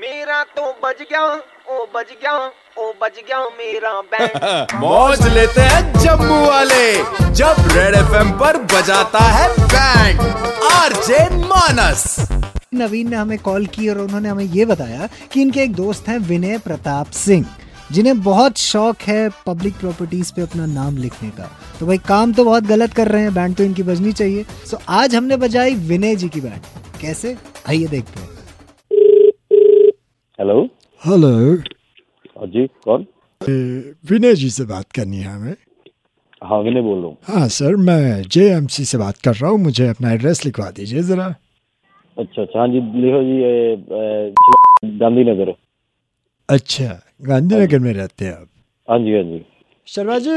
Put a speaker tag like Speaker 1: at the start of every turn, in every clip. Speaker 1: मेरा तो बज गया ओ बज गया ओ बज गया मेरा बैंड
Speaker 2: मौज लेते हैं जम्मू वाले जब रेड एफएम पर बजाता है बैंड आरजे मानस
Speaker 3: नवीन ने हमें कॉल की और उन्होंने हमें ये बताया कि इनके एक दोस्त हैं विनय प्रताप सिंह जिन्हें बहुत शौक है पब्लिक प्रॉपर्टीज पे अपना नाम लिखने का तो भाई काम तो बहुत गलत कर रहे हैं बैंड तो इनकी बजनी चाहिए सो आज हमने बजाई विनय जी की बैंड कैसे आइए देखते हैं
Speaker 4: हेलो
Speaker 5: हेलो
Speaker 4: हाँ जी कौन
Speaker 5: ये विनय जी से बात करनी है हमें
Speaker 4: हाँ विनय बोल रहा हूँ
Speaker 5: हाँ सर मैं जेएमसी से बात कर रहा हूँ मुझे अपना एड्रेस लिखवा दीजिए ज़रा
Speaker 4: अच्छा अच्छा हाँ जी लिखो जी ये, ए, गांधीनगर
Speaker 5: अच्छा गांधीनगर में रहते हैं आप
Speaker 4: हाँ जी हाँ जी
Speaker 5: शर्मा जी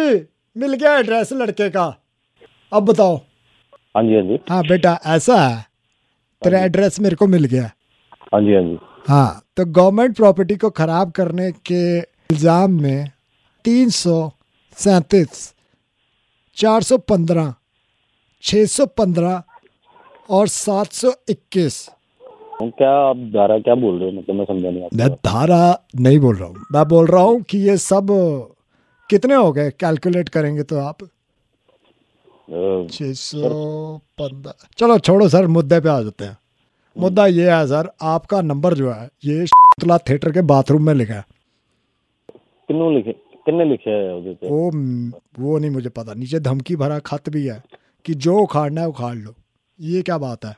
Speaker 5: मिल गया एड्रेस लड़के का अब बताओ
Speaker 4: हाँ जी हाँ जी
Speaker 5: हाँ बेटा ऐसा है तेरा एड्रेस मेरे को मिल गया
Speaker 4: हाँ जी हाँ जी
Speaker 5: हाँ तो गवर्नमेंट प्रॉपर्टी को खराब करने के इल्ज़ाम में तीन सौ सैंतीस चार सौ पंद्रह छः सौ पंद्रह और सात सौ इक्कीस
Speaker 4: हम क्या आप धारा क्या बोल रहे हो मतलब मैं समझा नहीं
Speaker 5: मैं
Speaker 4: आपको
Speaker 5: धारा नहीं बोल रहा हूँ मैं बोल रहा हूँ कि ये सब अ, कितने हो गए कैलकुलेट करेंगे तो आप
Speaker 4: अ,
Speaker 5: छः सौ पंद्रह हम्म। चलो छोड़ो सर मुद्दे पे आ जाते हैं मुद्दा ये है सर आपका नंबर जो है ये शकुंतला थिएटर के बाथरूम में लिखा है
Speaker 4: किन्नू लिखे किन्ने लिखे तो? है उधर पे?
Speaker 5: वो म, वो नहीं मुझे पता नीचे धमकी भरा खत भी है कि जो उखाड़ना है उखाड़ लो ये क्या बात है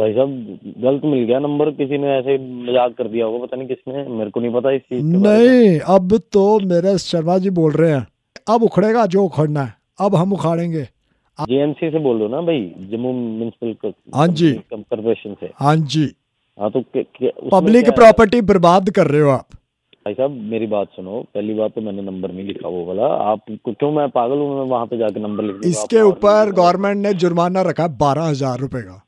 Speaker 4: भाई साहब गलत मिल गया नंबर किसी ने ऐसे मजाक कर दिया होगा पता नहीं किसने मेरे को नहीं पता इस चीज
Speaker 5: तो
Speaker 4: के बारे में।
Speaker 5: नहीं अब तो मेरे शर्मा जी बोल रहे हैं अब उखड़ेगा जो उखड़ना है अब हम उखाड़ेंगे
Speaker 4: जेएमसी से बोल रहे हो ना भाई जम्मू म्यूनसिपल
Speaker 5: हाँ जी।
Speaker 4: कॉर्पोरेशन से
Speaker 5: हाँ जी
Speaker 4: हाँ तो क्या- क्या- उसमें
Speaker 5: पब्लिक
Speaker 4: क्या है?
Speaker 5: प्रॉपर्टी बर्बाद कर रहे हो आप
Speaker 4: भाई साहब मेरी बात सुनो पहली बात तो मैंने नंबर नहीं लिखा वो वाला आपको क्यों मैं पागल हूँ मैं वहाँ पे जाके नंबर लिख दूंगा,
Speaker 5: इसके
Speaker 4: आप और
Speaker 5: ऊपर
Speaker 4: नहीं-
Speaker 5: गवर्नमेंट ने जुर्माना रखा बारह हजार रुपए का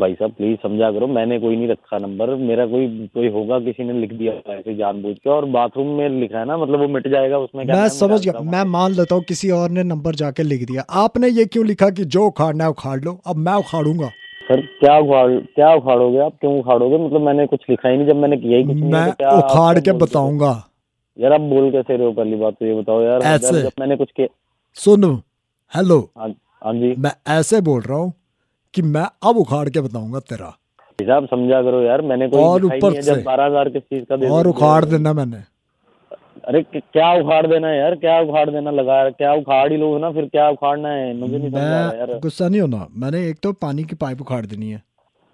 Speaker 4: भाई साहब प्लीज समझा करो मैंने कोई नहीं रखा नंबर मेरा कोई कोई होगा किसी ने लिख दिया होगा ऐसे जानबूझ के और बाथरूम में लिखा है ना मतलब वो मिट जाएगा उसमें क्या
Speaker 5: मैं
Speaker 4: नाम
Speaker 5: समझ
Speaker 4: डालता
Speaker 5: गया
Speaker 4: हूँ।
Speaker 5: मैं मान लेता हूँ किसी और ने नंबर जाके लिख दिया आपने ये क्यों लिखा कि जो उखाड़ना है उखाड़ लो अब मैं उखाड़ूंगा
Speaker 4: सर क्या उखाड़ क्या उखाड़ोगे आप क्यों उखाड़ोगे मतलब मैंने कुछ लिखा ही नहीं जब मैंने किया ही कुछ नहीं है,
Speaker 5: मैं
Speaker 4: तो क्या आप
Speaker 5: उखाड़
Speaker 4: क्या
Speaker 5: के
Speaker 4: बोलते हो?
Speaker 5: बताऊंगा
Speaker 4: यार आप बोल कैसे रहे हो पहली बात तो ये बताओ यार मैं-
Speaker 5: ऐसे।
Speaker 4: जब मैंने कुछ किया
Speaker 5: सुन हेलो
Speaker 4: हाँ हाँ जी
Speaker 5: मैं ऐसे बोल रहा हूँ कि मैं अब उखाड़ के बताऊंगा तेरा
Speaker 4: भाई साहब समझा करो यार मैंने कोई
Speaker 5: और
Speaker 4: लिखा ही
Speaker 5: ऊपर
Speaker 4: नहीं है जब
Speaker 5: से।
Speaker 4: बारह हजार किस चीज का दे
Speaker 5: और
Speaker 4: दो-
Speaker 5: उखाड़ देना मैंने
Speaker 4: अरे कि- क्या उखाड़ देना है यार क्या उखाड़ देना लगा है? क्या उखाड़ ही लोगे ना फिर क्या उखाड़ना है मुझे नहीं समझ आ रहा यार
Speaker 5: मैं गुस्सा नहीं होना मैंने एक तो पानी की पाइप उखाड़ देनी है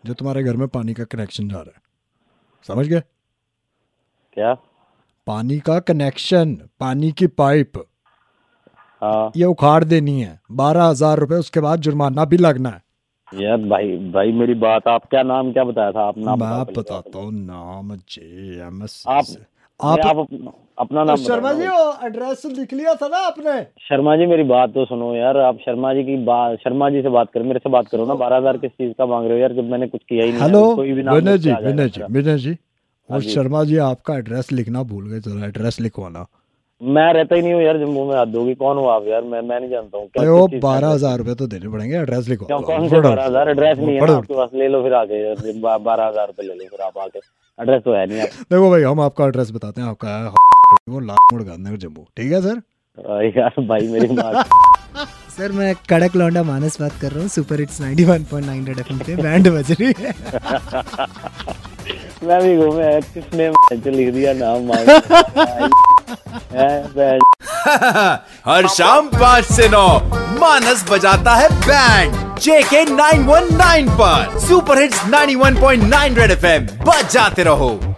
Speaker 5: जो तुम्हारे घर में पानी का कनेक्शन जा रहा है समझ गए
Speaker 4: क्या
Speaker 5: पानी का कनेक्शन पानी की पाइप
Speaker 4: हाँ
Speaker 5: ये उखाड़ देनी है बारह हजार रुपए उसके बाद जुर्माना भी लगना है
Speaker 4: यार भाई भाई मेरी बात आप क्या नाम क्या बताया था आप नाम
Speaker 5: मैं
Speaker 4: बताओ पहले।
Speaker 5: बताता हूँ नाम जे एम एस
Speaker 4: आप-
Speaker 5: आप अच्छा।
Speaker 4: नहीं, आप अप- अपना नाम
Speaker 5: शर्मा
Speaker 4: बताओ
Speaker 5: जी
Speaker 4: ना।
Speaker 5: एड्रेस लिख लिया था ना आपने
Speaker 4: शर्मा जी मेरी बात तो सुनो यार आप शर्मा जी की बात शर्मा जी से बात करो मेरे से बात करो ना बारह हजार किस चीज का मांग रहे हो यार जब मैंने कुछ किया ही नहीं
Speaker 5: हेलो
Speaker 4: यार, कोई भी नाम
Speaker 5: विनय
Speaker 4: लिख के
Speaker 5: जी
Speaker 4: आ जाएगा
Speaker 5: विनय जी
Speaker 4: मेरा।
Speaker 5: विनय जी
Speaker 4: हाँ
Speaker 5: और
Speaker 4: जी।
Speaker 5: शर्मा जी आपका एड्रेस लिखना भूल गए जरा एड्रेस लिखवाना
Speaker 4: मैं रहता ही नहीं हूँ यार जम्मू में हाथ दोगी कौन हो आप यार मैं मैं नहीं जानता हूँ क्या-
Speaker 5: अरे
Speaker 4: किस
Speaker 5: वो
Speaker 4: चीज़ का
Speaker 5: बारह
Speaker 4: address है?
Speaker 5: हजार रुपए तो देने पड़ेंगे एड्रेस
Speaker 4: क्या
Speaker 5: लिखवा
Speaker 4: कौन से बारह हजार एड्रेस नहीं है ना आपके पास ले लो फिर आके यार, बा- बारह हजार रुपये ले लो फिर आप आके एड्रेस तो है नहीं आप
Speaker 5: देखो भाई हम आपका एड्रेस बताते हैं आपका है वो लाल मोड़ गांधीनगर जम्मू ठीक है सर
Speaker 4: अरे यार भाई मेरी बात
Speaker 3: सर मैं कड़क लौंडा मानस बात कर रहा हूँ सुपर हिट्स 91.9 रेड एफएम पे बैंड बज रही है
Speaker 4: मैं भी घूमे यार, किसने मुझे लिख दिया नाम मार
Speaker 2: हर शाम पाँच से नौ मानस बजाता है बैंड जेके 919 पर सुपर हिट्स 91.9 रेड एफएम बजाते रहो